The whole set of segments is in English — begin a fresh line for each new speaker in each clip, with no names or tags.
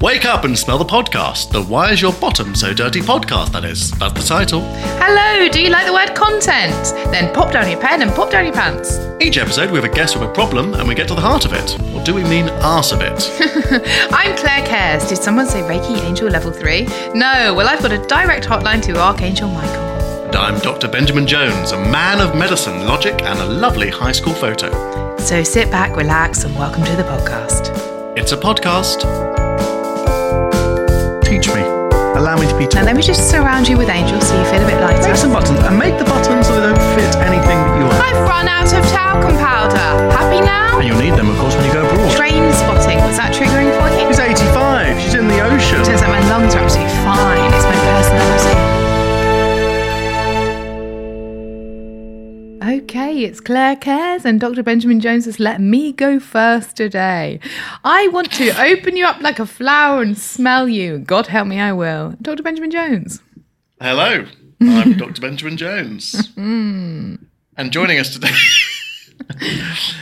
Wake up and smell the podcast. The Why Is Your Bottom So Dirty podcast, that is. That's the title.
Hello, do you like the word content? Then pop down your pen and pop down your pants.
Each episode, we have a guest with a problem and we get to the heart of it. Or do we mean arse of it?
I'm Claire Cares. Did someone say Reiki Angel Level 3? No, well, I've got a direct hotline to Archangel Michael.
and I'm Dr. Benjamin Jones, a man of medicine, logic, and a lovely high school photo.
So sit back, relax, and welcome to the podcast.
It's a podcast. Teach me.
Allow me to be
Now,
taught.
let me just surround you with angels so you feel a bit lighter.
Make some buttons and make the buttons so they don't fit anything that you want.
I've run out of talcum powder. Happy
And
now?
you'll need them, of course, when you go abroad.
Train spotting. Was that triggering for
She's
you?
85. She's in the ocean.
Turns out my lungs are absolutely fine. It's my personality. Okay, it's Claire Cares, and Dr. Benjamin Jones has let me go first today. I want to open you up like a flower and smell you. God help me, I will. Dr. Benjamin Jones.
Hello, I'm Dr. Benjamin Jones.
Hmm.
and joining us today,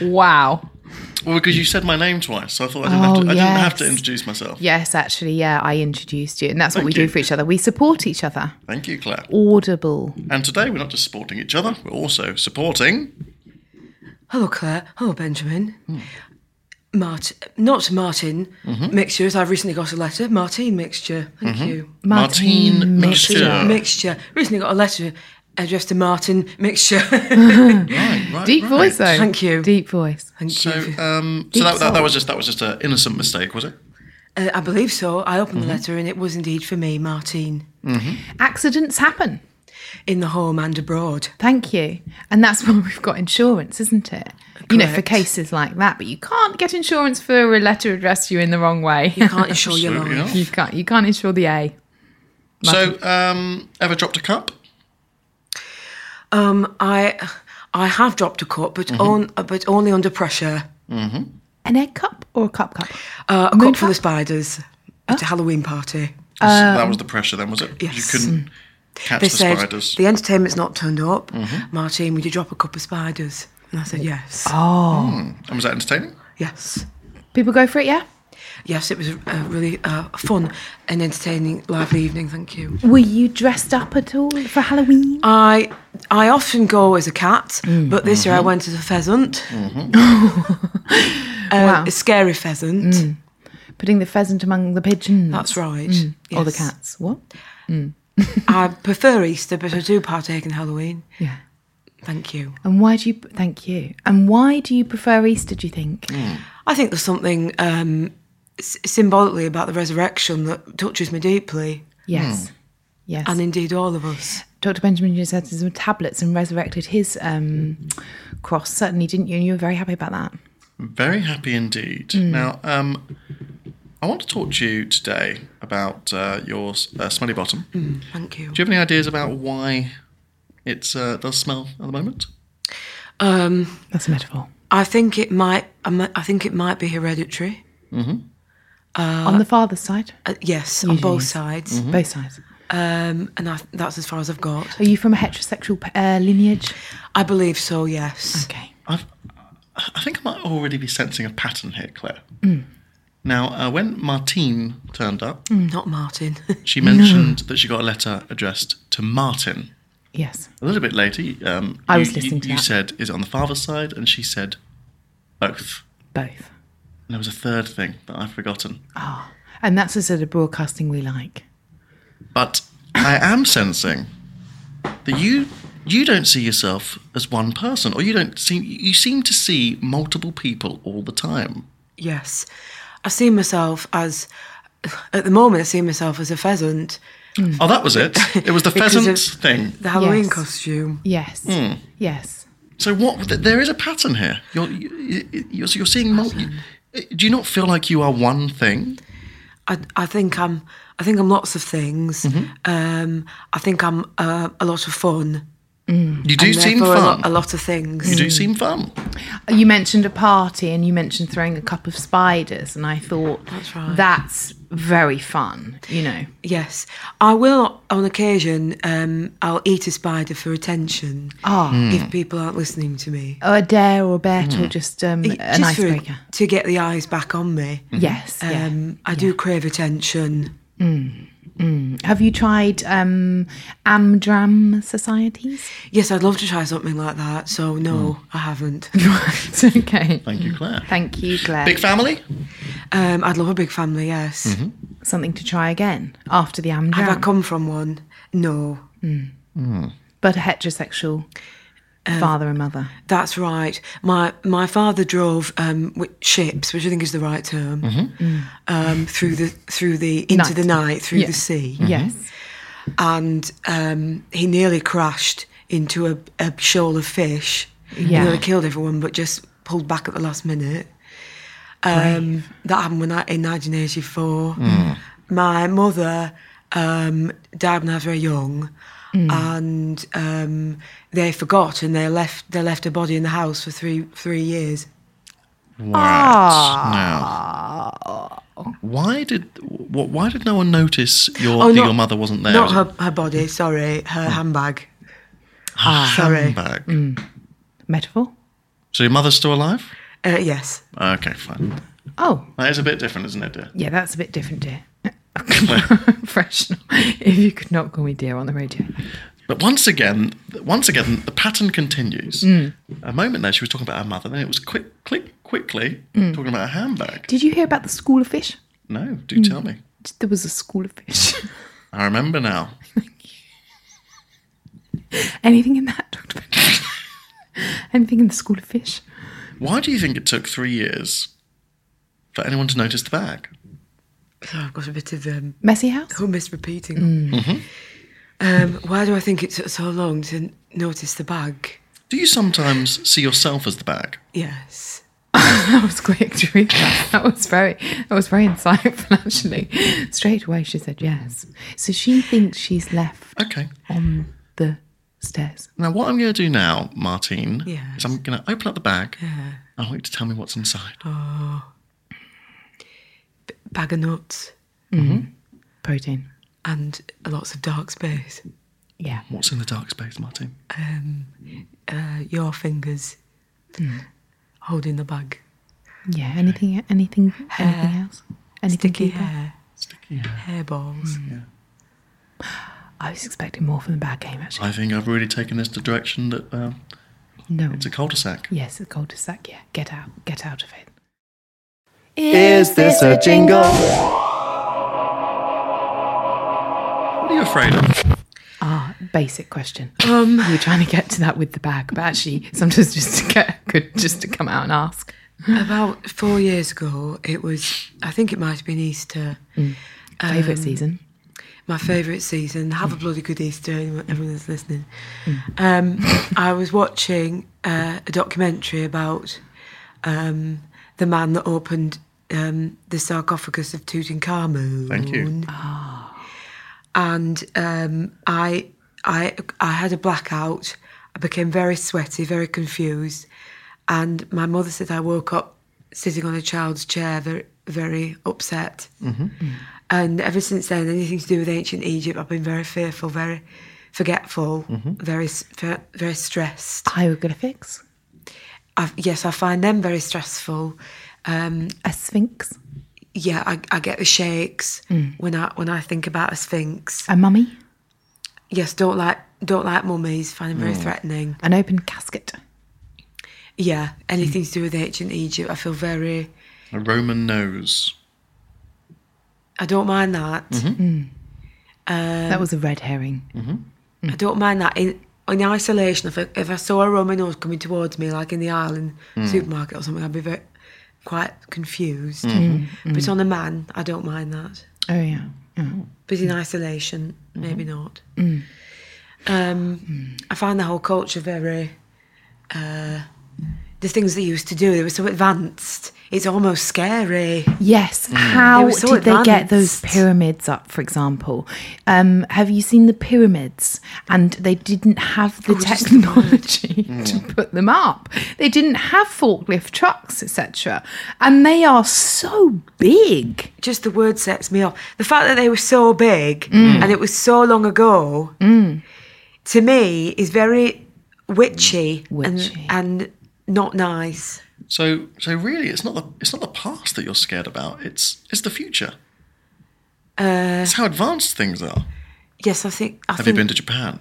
Wow.
well, because you said my name twice, so I thought I didn't, have, to,
Oh,
I didn't have
yes.
to introduce myself.
Yes, actually, yeah, I introduced you, and that's what
Thank
we
you.
do for each other. We support each other.
Thank you, Claire.
Audible.
And today, we're not just supporting each other, we're also supporting.
Hello, Claire. Hello, Benjamin.
Hmm.
Mart, not Martin
Mm-hmm.
mixture. As I've recently got a letter, Martine mixture. Thank you.
Martine Mixture.
Mixture. Recently got a letter addressed to Martin mixture.
Right, right,
Deep
right.
voice, though.
Thank you.
Deep voice.
Thank
So,
you.
um, so that, that, that was just that was just an innocent mistake, was it?
Uh, I believe so. I opened
Mm-hmm.
the letter, and it was indeed for me, Martine,
Accidents happen.
in the home and abroad.
Thank you. And that's why we've got insurance, isn't it? You know, for
Correct.
cases like that. But you can't get insurance for a letter addressed to you in the wrong way.
You can't insure your
Absolutely
life.
you can't you can't insure the A.
So, um, ever dropped a cup?
Um, I, I have dropped a cup, but
Mm-hmm.
on, but only under pressure.
An egg cup or a cup cup?
Uh, a
Moon
cup for the
cup?
spiders at a Halloween party.
Um,
that was the pressure then, was it? You
yes.
Hmm.
couldn't catch
They
the
said
spiders.
the entertainment's not turned up.
Mm-hmm.
Martine, would you drop a cup of spiders? And I said yes,
Oh.
and was that entertaining?
yes,
People go for it, yeah?
yes. It was a really uh, fun and entertaining, lively evening. Thank you.
Were you dressed up at all for Halloween?
I I often go as a cat,
Mm.
but this
Mm-hmm.
year I went as a pheasant. Uh,
Wow. Mm.
A scary pheasant.
Putting the pheasant among the pigeons.
That's right.
Mm. Or the
Yes.
cats. What?
I prefer Easter, but I do partake in Halloween.
Yeah.
Thank you.
And why do you thank you? And why do you prefer Easter, do you think?
I think there's something um, s- symbolically about the resurrection that touches me deeply,
Yes. Yes.
and indeed all of us.
Dr. Benjamin just had some tablets and resurrected his um, cross, certainly, didn't you? And you were very happy about that.
Very happy indeed. Now, um, I want to talk to you today about uh, your uh, smelly bottom. Do
Thank you.
you have any ideas about why it uh, does smell at the moment?
Um,
That's a metaphor.
I think it might. I mi- I think it might be hereditary.
On the father's side,
Uh, yes, on both sides,
Mm.
both sides.
um, and I, that's as far as I've got.
Are you from a heterosexual uh, lineage?
I believe so. Yes.
Okay.
I've, I think I might already be sensing a pattern here, Claire. Now, uh, when Martine turned up,
Not Martin.
she mentioned that she got a letter addressed to Martin.
Yes.
A little bit later, um,
I
you-
was listening
you,
to
you
that.
said, "Is it on the father's side?" And she said, Both.
Both.
And there was a third thing that I've forgotten.
And that's the sort of broadcasting we like.
But I am sensing that you you don't see yourself as one person, or you don't seem you seem to see multiple people all the time.
Yes. I see myself as, at the moment, I see myself as a pheasant.
Oh, that was it. It was the
Mm. Because
pheasant
of-
thing.
The Halloween
Yes.
costume.
Yes. Yes.
So what? th- There is a pattern here. You're you- you're, you're seeing. Mul- do you not feel like you are one thing?
I, I think I'm. I think I'm lots of things.
Mm-hmm.
Um, I think I'm uh, a lot of fun.
You do
and
seem
therefore
fun.
A, lot, Mm. a lot of things.
you do seem fun.
You mentioned a party and you mentioned throwing a cup of spiders, and I thought
right.
that's, very fun, you know.
Yes, I will on occasion. Um, I'll eat a spider for attention. Ah, if people aren't listening to me,
Or a dare or a bet or just Mm-hmm. um,
It-
an
just for-
icebreaker.
to get the eyes back on me.
Yes. yeah.
Um, I do crave attention.
Have you tried um, Amdram societies?
Yes, I'd love to try something like that. So no, I haven't.
Right. Okay.
Thank
Mm.
you, Claire.
Thank you, Claire.
Big family.
Um, I'd love a big family. Yes.
Something to try again after the Amdram.
Have I come from one? No.
but a heterosexual father and mother.
That's right. My my father drove um, wi- ships, which I think is the right term, um, through the through the into
Mm. Night.
the night through
Yeah.
the sea,
Yes.
and um, he nearly crashed into a, a shoal of fish.
Yeah.
He nearly killed everyone, but just pulled back at the last minute. Um, that happened when I, in 1984.
Hmm.
My mother um, died when I was very young, and um, they forgot and they left they left her body in the house for three three years.
Right. Now, why did wh- why did no one notice your that
Oh, not-
your mother wasn't there?
Not
Was it Hmm.
her, her body, sorry, her handbag. Ah, sorry.
back?
Metaphor.
So your mother's still alive?
Uh, yes.
Okay, fine.
Oh,
That is a bit different, isn't it, dear?
yeah, that's a bit different, dear. Professional. If you could not call me dear on the radio.
But once again, once again, the pattern continues.
Mm.
A moment there, she was talking about her mother. Then it was quick, click, quickly
Mm.
talking about her handbag.
Did you hear about the school of fish?
no, do
Mm.
tell me.
There was a school of fish.
I remember now.
Anything in that, Dr. Benjamin? Anything in the school of fish?
Why do you think it took three years for anyone to notice the bag?
So I've got a bit of um,
Messy house?
who miss repeating. Um, why do I think it took so long to n- notice the bag?
Do you sometimes see yourself as the bag?
Yes.
That was quick to read that. That was very that was very insightful actually. Straight away she said yes. So she thinks she's left
Okay.
on the stairs.
Now, what I'm going to do now, Martine,
Yes. Oh.
is I'm going to open up the bag. I want you to tell me what's inside.
Bag of nuts
Protein.
and lots of dark space.
Yeah.
What's in the dark space, Martine?
Uh, your fingers holding the bag.
Yeah. Anything anything anything else? Anything
Sticky
deeper?
hair.
Sticky hair.
Hairballs.
I was expecting more from the bad game actually.
I think I've really taken this to direction that um,
No.
it's a cul-de-sac.
yes, the cul-de-sac, yeah. Get out. Get out of it.
Is this a jingle?
What are you afraid of?
Ah, basic question. Um, we were trying to get to that with the bag, but actually, sometimes just to get good, just to come out and ask.
About four years ago, it was, I think it might have been Easter,
Favorite season?
my favourite season. Have a bloody good Easter, anyone- everyone that's listening.
Mm.
Um, I was watching uh, a documentary about um, the man that opened um, the sarcophagus of Tutankhamun.
Thank you.
and um, I, I, I had a blackout. I became very sweaty, very confused, and my mother said I woke up sitting on a child's chair, very, very upset. And ever since then, anything to do with ancient Egypt, I've been very fearful, very forgetful, very s- fe- very stressed.
Hieroglyphics?
I've, yes, I find them very stressful. Um,
A sphinx?
yeah, I, I get the shakes when I when I think about a sphinx.
A mummy?
yes, don't like don't like mummies, find them very threatening.
An open casket?
yeah, anything to do with ancient Egypt, I feel very.
A Roman nose.
I don't mind that.
that was a red herring.
Mm. I don't mind that. In, in isolation, if I, if I saw a Roman nose coming towards me, like in the island supermarket or something, I'd be very, quite confused. But on a man, I don't mind that.
Oh yeah. yeah.
But in isolation, maybe not. Um, I find the whole culture very. Uh, the things they used to do, they were so advanced. It's almost scary.
Yes. How
Mm. They were so
did they get those
advanced.
pyramids up, for example? Um, have you seen the pyramids? And they didn't have the
Oh, just the Mm.
technology to put them up. They didn't have forklift trucks, etc. And they are so big.
Just the word sets me off. The fact that they were so big
Mm.
and it was so long ago, to me, is very witchy,
Witchy.
And, and not nice.
So, so really, it's not the it's not the past that you're scared about. It's it's the future. it's how advanced things are.
Yes, I think. Uh, I
Have you
think,
been to Japan?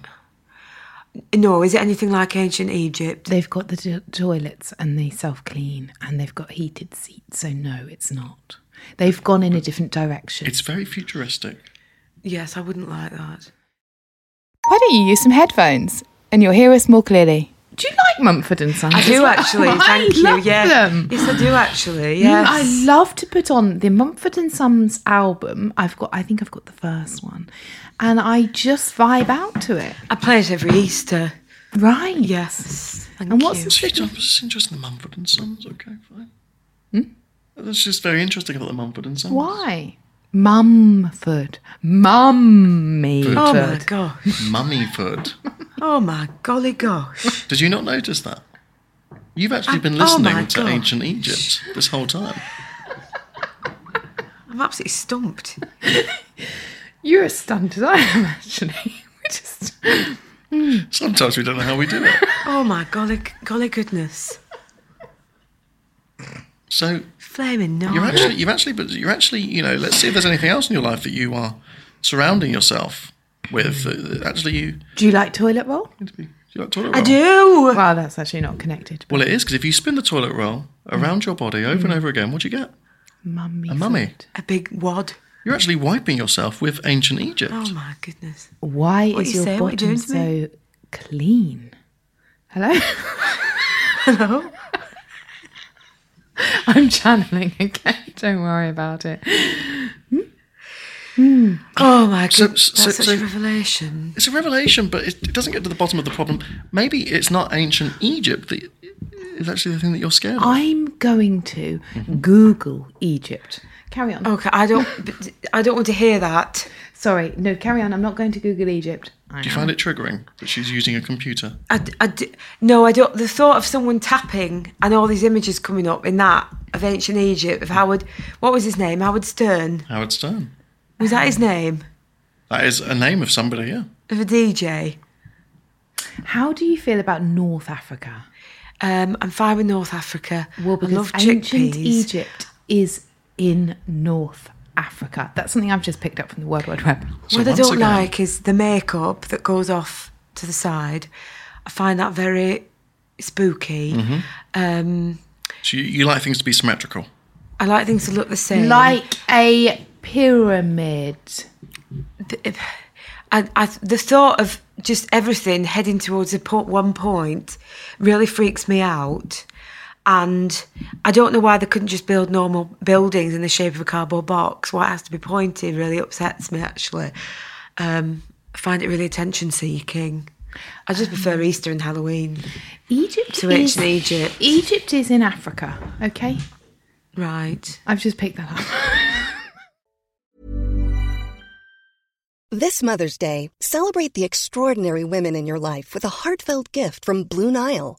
No, is it anything like ancient Egypt?
They've got the to- toilets and they self clean and they've got heated seats. So, no, it's not. They've gone in a different direction.
It's very futuristic.
Yes, I wouldn't like that.
Why don't you use some headphones and you'll hear us more clearly? Do you like Mumford and Sons?
I do actually.
I
Thank you.
love
yeah.
them.
Yes, I do actually.
You-
Yes.
I love to put on the Mumford and Sons album. I've got, I think I've got the first one, and I just vibe out to it.
I play it every Easter.
Right?
Yes. Thank
And what's
you.
the
So you I'm just interested in the Mumford and Sons. Okay, fine.
Hmm?
That's just very interesting about the Mumford and Sons.
why? Mumford, mummy.
Oh my gosh.
Mummyford.
Oh my golly gosh.
Did you not notice that? You've actually been
I- oh
listening
my
to
gosh.
ancient Egypt this whole time.
I'm absolutely stumped.
You're as stunned as I am, actually. We just
Sometimes we don't know how we do it.
Oh my golly, golly goodness.
So
Flaming no.
you're actually, you've actually, but you're actually, you know. Let's see if there's anything else in your life that you are surrounding yourself with. Uh, Actually, you.
Do you like toilet roll?
Do you like toilet roll?
I do.
Well, that's actually not connected.
Well, it is because if you spin the toilet roll around your body over
Mm-hmm.
and over again, what do you get?
Mummy.
A mummy.
A big wad.
You're actually wiping yourself with ancient Egypt.
Oh my goodness.
Why
What
is
you
your
say? What you
bottom
doing to me?
so clean? Hello?
Hello.
I'm channeling again. Don't worry about it.
Oh my
So-
goodness.
so-
That's such
so-
a revelation.
It's a revelation, but it, it doesn't get to the bottom of the problem. Maybe it's not ancient Egypt that is actually the thing that you're scared
Oh,
of.
I'm going to Google Egypt. Carry on.
Mm-hmm. Okay, I don't. but I don't want to hear that.
Sorry. No, carry on. I'm not going to Google Egypt.
Do you find it triggering that she's using a computer?
I, d- I d- no, I don't. The thought of someone tapping and all these images coming up in that of ancient Egypt of Howard, what was his name? Howard Stern.
Howard Stern.
Was that his name?
That is a name of somebody, yeah.
Of a DJ.
How do you feel about North Africa?
Um, I'm fine with North Africa.
Well,
I
because
love
ancient
chickpeas.
Egypt is in North Africa. That's something I've just picked up from the World Wide Web.
So
what I
once
don't
again-
like is the makeup that goes off to the side. I find that very spooky. Um,
So you, you like things to be symmetrical.
I like things to look the same.
Like a pyramid.
the, I, I, the thought of just everything heading towards a po- one point really freaks me out. And I don't know why they couldn't just build normal buildings in the shape of a cardboard box. Why it has to be pointy really upsets me, actually. Um, I find it really attention seeking. I just prefer Easter and Halloween.
Egypt
To
is
ancient Egypt.
Egypt is in Africa. Okay,
Right.
I've just picked that up.
This Mother's Day, celebrate the extraordinary women in your life with a heartfelt gift from Blue Nile.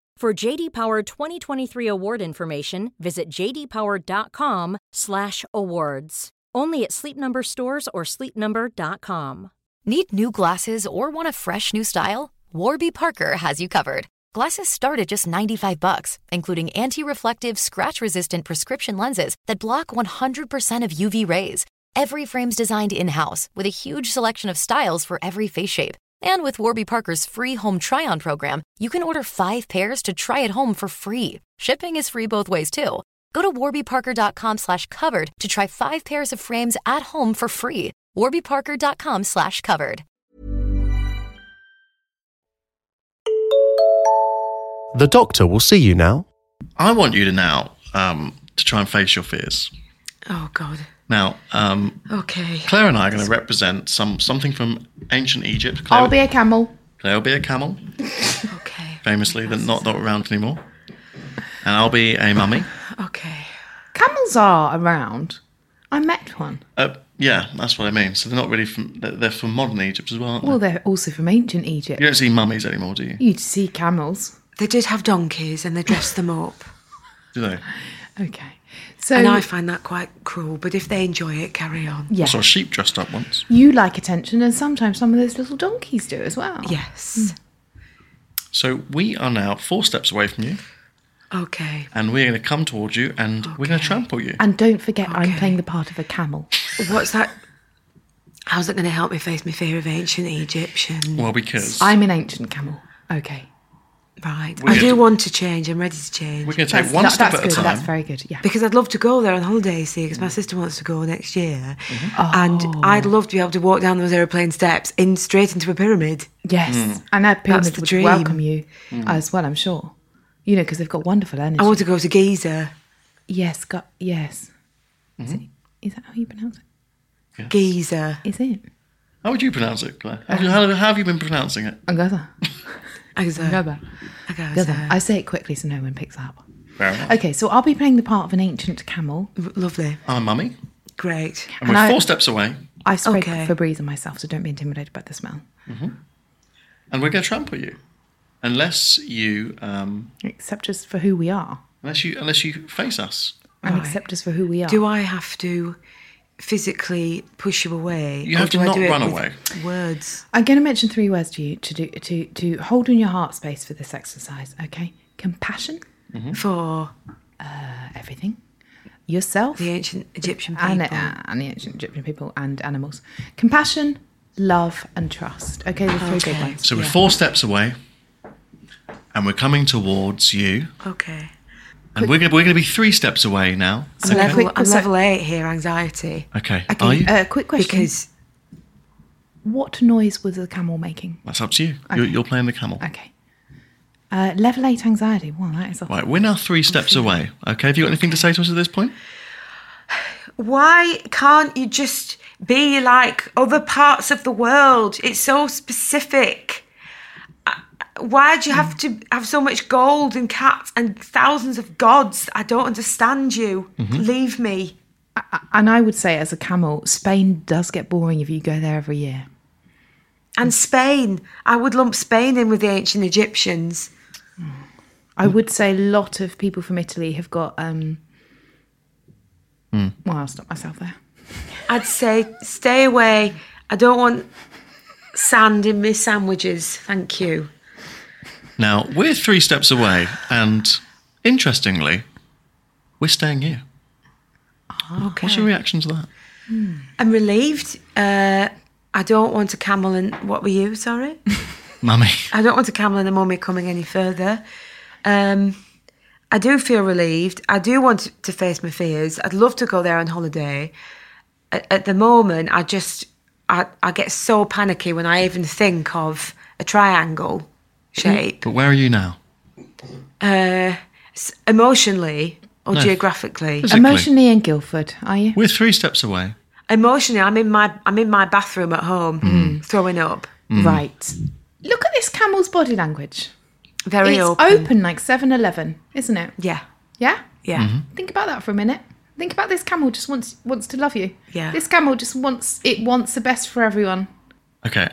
For JD Power 2023 award information, visit jdpower.com/awards. Only at Sleep Number stores or sleepnumber.com.
Need new glasses or want a fresh new style? Warby Parker has you covered. Glasses start at just 95 bucks, including anti-reflective, scratch-resistant prescription lenses that block 100% of UV rays. Every frame's designed in-house with a huge selection of styles for every face shape. And with Warby Parker's free home try-on program, you can order 5 pairs to try at home for free. Shipping is free both ways too. Go to warbyparker.com slash covered to try five pairs of frames at home for free. warbyparker.com slash covered.
The doctor will see you now.
I want you to now um, to try and face your fears.
Oh, God.
Now, um,
Okay.
Claire and I are going to represent some something from ancient Egypt. Claire,
I'll be a camel.
Claire will be a camel,
Okay.
famously, that not not around anymore. And I'll be a mummy.
Okay.
Camels are around. I met one.
Uh, yeah, that's what I mean. So they're not really from. They're they're from modern Egypt as well, aren't they?
Well, they're also from ancient Egypt.
you don't see mummies anymore, do you?
You'd see camels.
They did have donkeys and they dressed them up.
Do they?
Okay. So,
and I find that quite cruel, but if they enjoy it, carry on.
yeah.
I saw a sheep dressed up once.
You like attention, and sometimes some of those little donkeys do as well.
Yes.
So we are now four steps away from you,
Okay.
and we're going to come towards you, and we're going to
Okay.
trample you.
And don't forget, I'm
Okay.
playing the part of a camel.
What's that? How's that going to help me face my fear of ancient Egyptian?
Well, because
I'm an ancient camel. Okay.
Right.
We're
I
gonna-
do want to change. I'm ready to change.
we're going to take
That's-
one
that-
step at
that's good.
a time.
That's very good. Yeah.
because I'd love to go there on holiday, you see, because my sister wants to go next year, and I'd love to be able to walk down those aeroplane steps in straight into a pyramid.
Yes. And that pyramid
Mm. the
would
dream. Mm.
welcome you as well, I'm sure. You know, because they've got wonderful energy.
I want to go to Giza,
Yes, got yes. Is, it, is that how you pronounce it?
Giza,
Is it?
How would you pronounce it, Claire? How, how, how have you been pronouncing it?
Angaza.
Giza,
Angaza. Angaza.
Giza.
I say it quickly so no one picks up.
Fair enough.
Okay, so I'll be playing the part of an ancient camel.
Lovely,
I'm a mummy,
great.
and
And
we're
I-
four steps away,
I spray
Okay.
Febreze on myself, so don't be intimidated by the smell.
and we're going to trample you, unless you um,
Accept us for who we are.
unless you unless you face us.
And
Right.
accept us for who we are.
Do I have to physically push you away?
You
or
have to
do I
not
do it
run
with
away.
Words.
I'm going to mention three words to you to do to to hold in your heart space for this exercise. Okay, compassion,
Mm-hmm.
for
everything, yourself,
the ancient Egyptian people.
and, uh, and the ancient Egyptian people and animals. Compassion, love, and trust. Okay, the three big
Okay.
ones.
So we're four steps away, and we're coming towards you,
okay.
and we're going to, we're going to be three steps away now.
I'm, level,
Quick-
I'm
so-
level eight here, anxiety.
Okay,
Okay,
are you?
Uh, quick question.
Because
what noise was the camel making?
That's up to you. You're, you're playing the camel.
Okay. Uh, level eight anxiety. Well, that is a
Right, we're now three steps away. Okay, have you got anything to say to us at this point?
why can't you just be like other parts of the world? It's so specific. Uh, Why do you have to have so much gold and cats and thousands of gods? I don't understand you.
Mm-hmm.
Leave me.
And I would say, as a camel, Spain does get boring if you go there every year.
And Spain. I would lump Spain in with the ancient Egyptians.
I
Hmm.
would say a lot of people from Italy have got. Um,
Hmm.
Well, I'll stop myself there.
I'd say stay away. I don't want sand in my sandwiches. Thank you.
Now, we're three steps away, and interestingly, we're staying here.
Okay.
What's your reaction to that?
I'm relieved. Uh, I don't want a camel and what were you? Sorry.
Mummy.
I don't want a camel and a mummy coming any further. Um, I do feel relieved. I do want to face my fears. I'd love to go there on holiday. At, at the moment, I just I, I get so panicky when I even think of a triangle shape.
But where are you now?
Uh, s- emotionally or
No.
geographically,
Physically.
Emotionally in Guildford, are you?
We're three steps away.
Emotionally, I'm in my I'm in my bathroom at home throwing up.
Hmm.
Right. Look at this camel's body language.
Very
it's
open.
like 7 Eleven, isn't it?
Yeah.
Yeah?
Yeah.
Think about that for a minute. Think about this camel just wants wants to love you.
Yeah.
This camel just wants it wants the best for everyone.
Okay,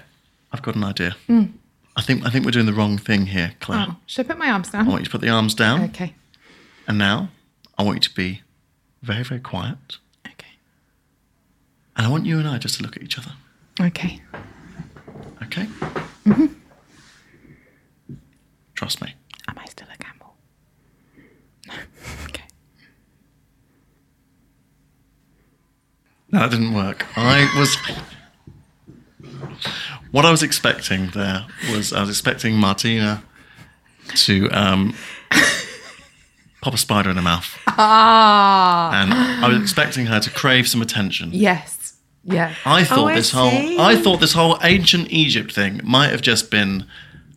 I've got an idea. I think I think we're doing the wrong thing here, Claire.
Hmm. Oh, should I put my arms
I
down?
want you to put the arms down,
Okay.
and now I want you to be very very quiet,
Okay.
and I want you and I just to look at each other.
Okay.
Okay.
Mm-hmm.
Trust me.
Am I still a camel? No. okay.
No, that didn't work. I was. What I was expecting there was I was expecting Martina to um, pop a spider in her mouth. Ah. And I was expecting her to crave some attention.
Yes. Yeah.
I thought
Oh, I
this whole
see.
I thought this whole ancient Egypt thing might have just been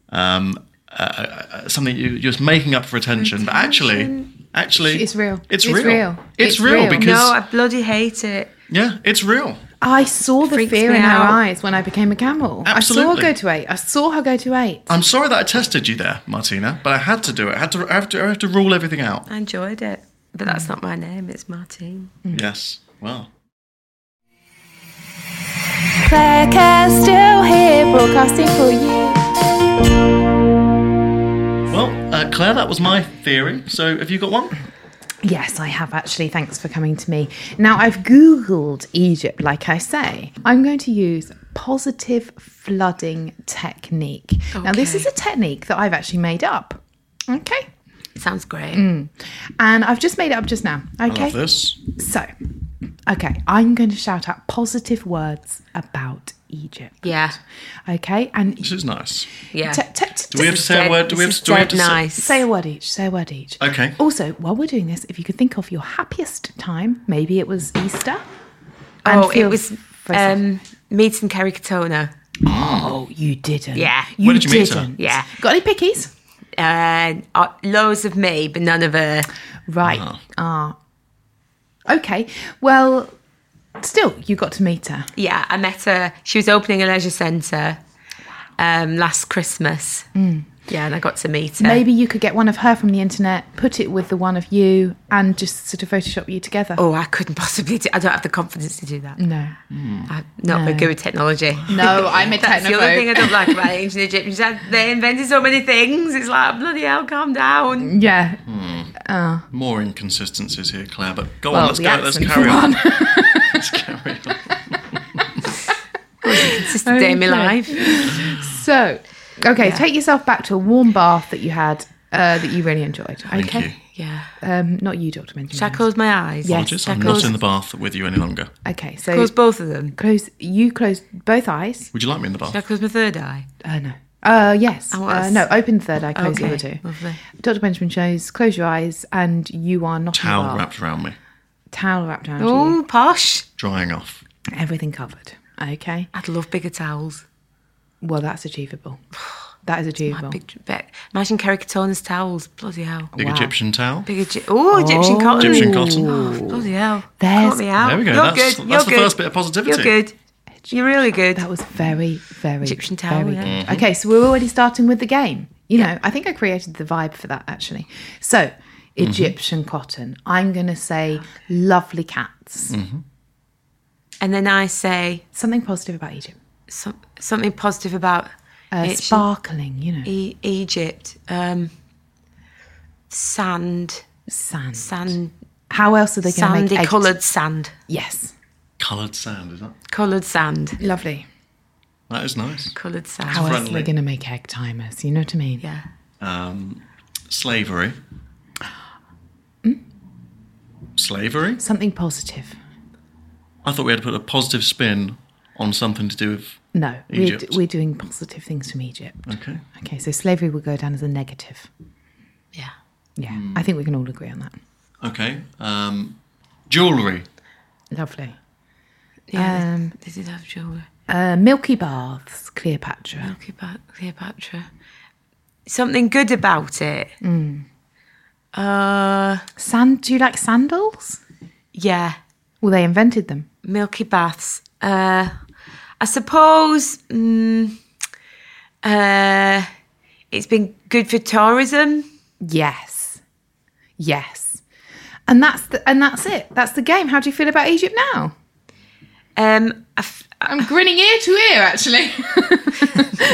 um, uh, uh, something you you're just making up for attention, but actually, actually,
It's real.
It's,
It's
real.
real.
It's,
It's
real
real.
because
No, Oh, I bloody hate it.
yeah, it's real.
I saw the
Freaks
fear
me
in her
out.
eyes when I became a camel. I
Absolutely.
saw her go to eight. I saw her go to eight.
I'm sorry that I tested you there, Martina, but I had to do it. I had to I have to I have to rule everything out.
I enjoyed it. But that's not my name, it's Martine.
Yes. Well.
Claire Castell here, broadcasting for you.
Well, uh, Claire, that was my theory. So, have you got one?
Yes, I have actually. Thanks for coming to me. Now, I've Googled Egypt, like I say. I'm going to use positive flooding technique. Now, this is a technique that I've actually made up. Okay.
Sounds great.
And I've just made it up just now.
I
Okay.
love this.
So, okay, I'm going to shout out positive words about Egypt.
Yeah.
Okay. And
This is nice.
Yeah.
T- t- t-
Do we have to say a word? Do we have
This
to?
is
Do we have
dead
to say-
nice.
Say a word each. Say a word each.
Okay.
Also, while we're doing this, if you could think of your happiest time, maybe it was Easter. and
oh, it
feel
was
free-
um, meeting Kerry Katona.
Oh, you didn't.
Yeah.
You
Where did you meet her?
didn't.
Yeah.
Got any pickies?
And uh, loads of me, but none of her.
Right. Ah. Okay. Well, still, you got to meet her.
Yeah, I met her. She was opening a leisure centre um, last Christmas. Yeah, and I got to meet her.
Maybe you could get one of her from the internet, put it with the one of you, and just sort of Photoshop you together.
Oh, I couldn't possibly do I don't have the confidence to do that.
No.
I'm not very good with technology.
No, I'm a
That's the other thing I don't like about ancient Egyptians. that They invented so many things. It's like, bloody hell, calm down.
Yeah.
More inconsistencies here, Claire. But go
Well,
on. Let's
the
go. Let's
accent's
carry on.
on.
let's carry on.
It's just the day of my life.
So, okay, take yourself back to a warm bath that you had uh, that you really enjoyed.
Thank
okay.
you.
Yeah.
Um, not you, Dr. Benjamin.
Should I close my eyes?
Yes.
Apologies,
Should I
I'm
close,
not in the bath with you any longer.
Okay, so
close
close,
both of them?
you close both eyes.
Would you like me in the bath?
Should I close my third eye?
Uh, no. Uh, yes.
I was-
Uh, no, open third eye, close the other
Okay,
two.
lovely.
Dr. Benjamin shows, close your eyes, and you are not in the
Towel
bath.
wrapped around me,
Towel wrapped around you.
Oh, posh.
drying off.
Everything covered. Okay.
I'd love bigger towels.
Well, that's achievable. That is
My
achievable.
big, be- imagine Kerry Katona's towels. Bloody hell.
Big Egyptian towel.
Big Egy- oh, Egyptian cotton.
Egyptian cotton.
Oh, bloody hell.
There's-
Caught me out.
There we go.
You're
That's-
good.
that's
You're
the
good.
first bit of positivity.
You're good. You're really good.
That was very, very
Egyptian towel,
very
yeah.
good.
Mm-hmm.
Okay, so we're already starting with the game. You know, I think I created the vibe for that actually. So
Mm-hmm.
Egyptian cotton. I'm going to say lovely cats.
And then I say
Something positive about Egypt.
some, something positive about
Uh,
Egypt-
sparkling, you know,
E- Egypt. Um, sand.
sand.
Sand.
How else are they going to make
Sandy
eggs?
coloured sand.
Yes,
Coloured sand, is that?
Coloured sand.
lovely.
That is nice.
Coloured sand.
How else are
friendly.
they going to make egg timers? You know what I mean?
Yeah.
Um, slavery.
Hmm?
Slavery?
Something positive.
I thought we had to put a positive spin on something to do with.
No, we're,
Egypt.
we're doing positive things from Egypt.
Okay.
Okay, so slavery will go down as a negative.
Yeah.
Yeah,
Mm.
I think we can all agree on that.
Okay. Um, jewellery.
Lovely.
Yeah.
Um,
they, they did have jewellery.
Uh, Milky Baths, Cleopatra.
Cleopatra. Cleopatra. Something good about it. Uh,
Uh,
Sand? Do you like sandals?
yeah.
Well, they invented them.
Milky baths. Uh, I suppose mm, uh, it's been good for tourism.
Yes. Yes. And that's the, and that's it. That's the game. How do you feel about Egypt now?
Um, I f-
I'm grinning ear to ear, actually.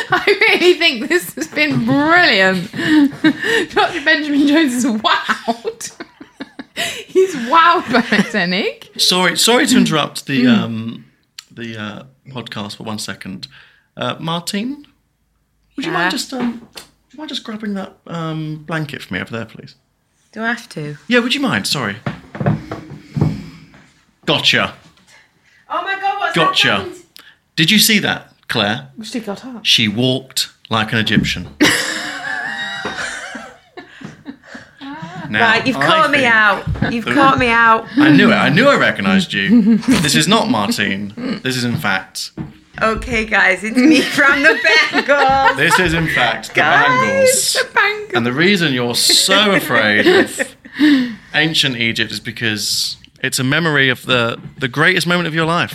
I really think this has been brilliant. Dr. Benjamin Jones is wowed. He's wowed by my technique.
Sorry, sorry
Hmm.
to interrupt the um, the uh, podcast for one second. Uh, Martine, would you
Yeah.
mind just um, would you mind just grabbing that um, blanket for me over there, please?
do I have to?
Yeah, would you mind? Sorry. Gotcha.
Oh my God! What's
Gotcha. Did you see that, Claire?
She got up.
She walked like an Egyptian. now,
Right, you've
I
caught me
think-
out. You've caught me out.
I knew it. I knew I recognised you. This is not Martine. This is in fact.
Okay, guys, it's me from the Bengals.
This is in fact the Bangles. And the reason you're so afraid of ancient Egypt is because it's a memory of the the greatest moment of your life.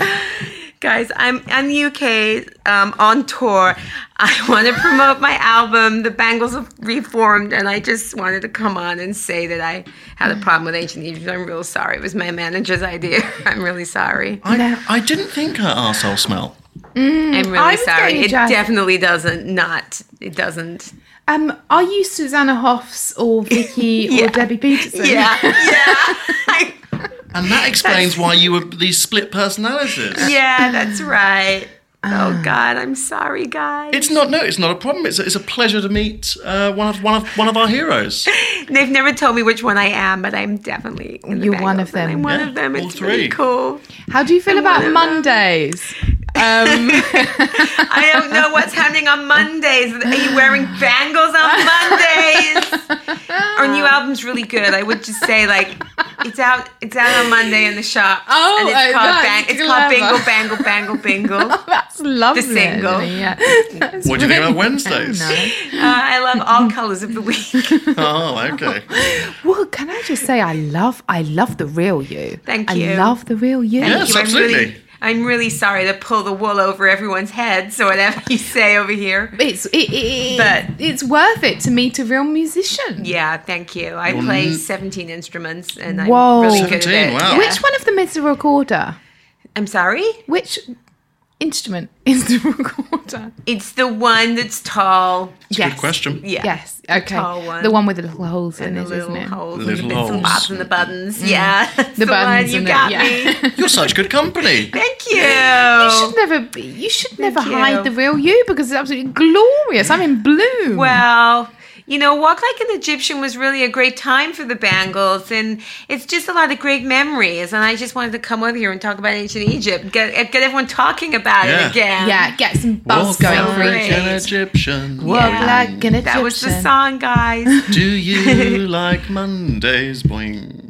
guys, I'm I'm UK um, on tour. I want to promote my album, The Bangles Have Reformed, and I just wanted to come on and say that I had a problem with ancient Egypt. I'm real sorry. It was my manager's idea. I'm really sorry.
I, I didn't think her arsehole smelled.
I'm really
Mm. Oh, I was
sorry.
getting
It
jazz-
definitely doesn't. Not. It doesn't.
Um, are you Susanna Hoffs or Vicky or Debbie Peterson?
Yeah. Yeah.
And that explains why you were these split personalities.
yeah. That's right. Oh God, I'm sorry, guys.
It's not no, it's not a problem. It's, it's a pleasure to meet uh, one of one of one of our heroes.
They've never told me which one I am, but I'm definitely in the
You're one
Bengals,
of them.
and I'm one
Yeah,
of them.
all
It's really
three.
cool.
How do you feel about Mondays?
I don't know what's happening on Mondays. Are you wearing bangles on Mondays? Our new
Um,
album's really good. I would just say like it's out it's out on Monday in the shop.
Oh,
and
oh,
it's called
that's
bang, it's called
clever.
Bingle Bangle Bangle Bingle. uh,
That's lovely.
single.
isn't it? Yeah. That's
What do you think about
really-
Wednesdays?
No.
Uh, I love all colours of the week.
Oh, okay.
Well, can I just say I love I love the real you.
Thank
I
you.
love the real you.
Yes,
You, I'm really
absolutely.
I'm really sorry to pull the wool over everyone's head, so whatever you say over here.
It's it, it,
But-
it's worth it to meet a real musician.
Yeah, thank you. I play 17 instruments and I'm
Whoa.
really good at
17,
it.
wow.
Yeah.
Which one of them is the recorder?
I'm sorry?
Which instrument is the recorder?
It's the one that's tall.
It's a
yes.
good question.
Yeah.
Yes. Okay.
tall one.
The one with the little holes in
And the
it,
little
isn't it?
holes and
Little
the bits
holes.
and bobs and the buttons. Yeah. that's The, one
buttons
you
and the-
got
yeah.
me.
You're such good company.
Thank
You should
you.
never be, you should never
you.
hide the real you because it's absolutely glorious. I'm in bloom.
Well, you know, Walk Like an Egyptian was really a great time for the Bangles, and it's just a lot of great memories. And I just wanted to come over here and talk about ancient Egypt, get, get everyone talking about
Yeah.
it again.
yeah, get some buzz
Walk
going
like
for
Great.
you.
an Egyptian.
Walk like an Egyptian.
That was the song, guys.
Do you like Mondays? Boing.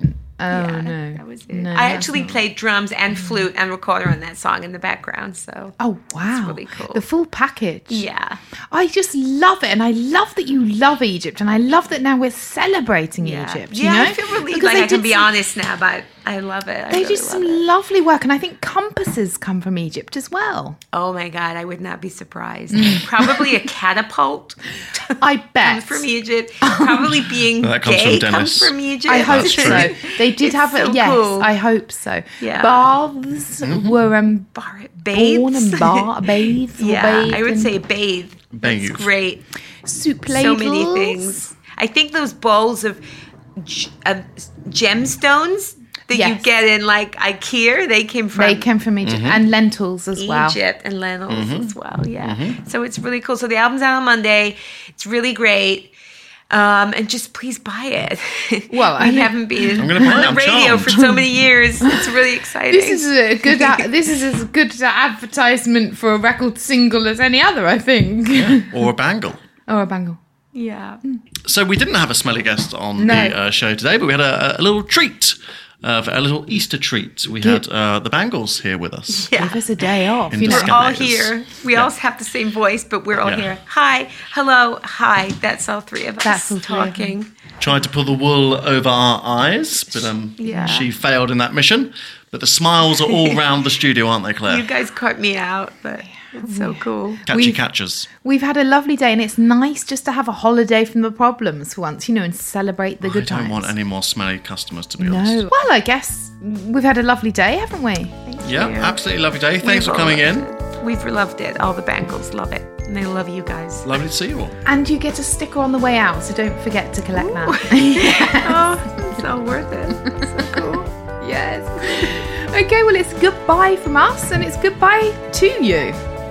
Oh no,
That was it.
No,
I
that's
actually
not- Mm.
played drums and flute and recorder on that song in the background. So,
Oh wow,
really cool.
the full package.
yeah.
I just love it, and I love that you love Egypt, and I love that now we're celebrating Egypt. you
yeah,
know?
I feel relieved.
Because
like I
did
can be
some-
honest now, but I love it. I
They
really
do some
love it.
lovely work, and I think compasses come from Egypt as well.
Oh my god, I would not be surprised.
Mm.
Probably a catapult
I bet.
comes from Egypt. Probably being
That comes
gay
from
comes
Dennis.
from Egypt.
Oh. I hope
That's
so.
true.
They did
It's
have a
so
yes.
cool.
I hope so.
Yeah.
Baths
Mm-hmm.
were um,
Bar-
born
bathes.
and bar bathes. were
yeah,
bathed
I would
in
say bathe. It's
Bathe.
great.
soup
So many
ladles.
things. I think those bowls of, g- of gemstones that
Yes.
you get in like IKEA, they came from
They came from
Mm-hmm.
Egypt and lentils as well.
Egypt and Lentils as well. Yeah. So it's really cool. So the album's out on Monday. It's really great. Um, and just please buy it.
Well,
we
I mean-
haven't been
I'm
on
gonna
the
buy it. I'm
radio
charmed.
for so many years. It's really exciting.
This is a good. a- this is as good a advertisement for a record single as any other, I think.
Or a bangle.
or a bangle.
yeah.
So we didn't have a smelly guest on the uh, show today, but we had a, a little treat. uh, for a little Easter treat, we had uh, the Bangles here with us.
Yeah.
Give us a day off.
In
You know,
We're all
Scandinavs.
here. We all have the same voice, but we're all
Yeah.
here. Hi, hello, hi. That's all three of us
That's all three of them.
talking.
Tried to pull the wool over our eyes, but um,
Yeah.
she failed in that mission. But the smiles are all round the studio, aren't they, Claire?
You guys cut me out, but it's so cool.
Catchy
We've-
catchers.
We've had a lovely day, and it's nice just to have a holiday from the problems for once, you know, and celebrate the good
Oh, I don't
times.
want any more smelly customers, to be
no.
honest.
Well, I guess we've had a lovely day, haven't we?
Yeah,
you.
absolutely lovely day. Thanks
We've
for
all
coming
loved
in.
it. We've loved it. All the Bangles love it, and they love you guys.
Lovely to see you all.
And you get a sticker on the way out, so don't forget to collect that.
Oh, it's all worth it. It's so cool. Yes.
okay, well, it's goodbye from us, and it's goodbye to you.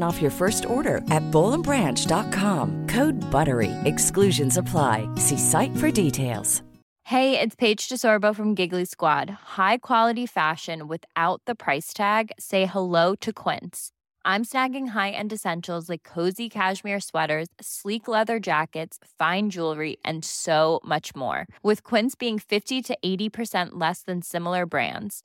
off your first order at bowlandbranch.com. Code BUTTERY. Exclusions apply. See site for details.
Hey, it's Paige DeSorbo from Giggly Squad. High quality fashion without the price tag. Say hello to Quince. I'm snagging high-end essentials like cozy cashmere sweaters, sleek leather jackets, fine jewelry, and so much more. With Quince being 50 to 80% less than similar brands.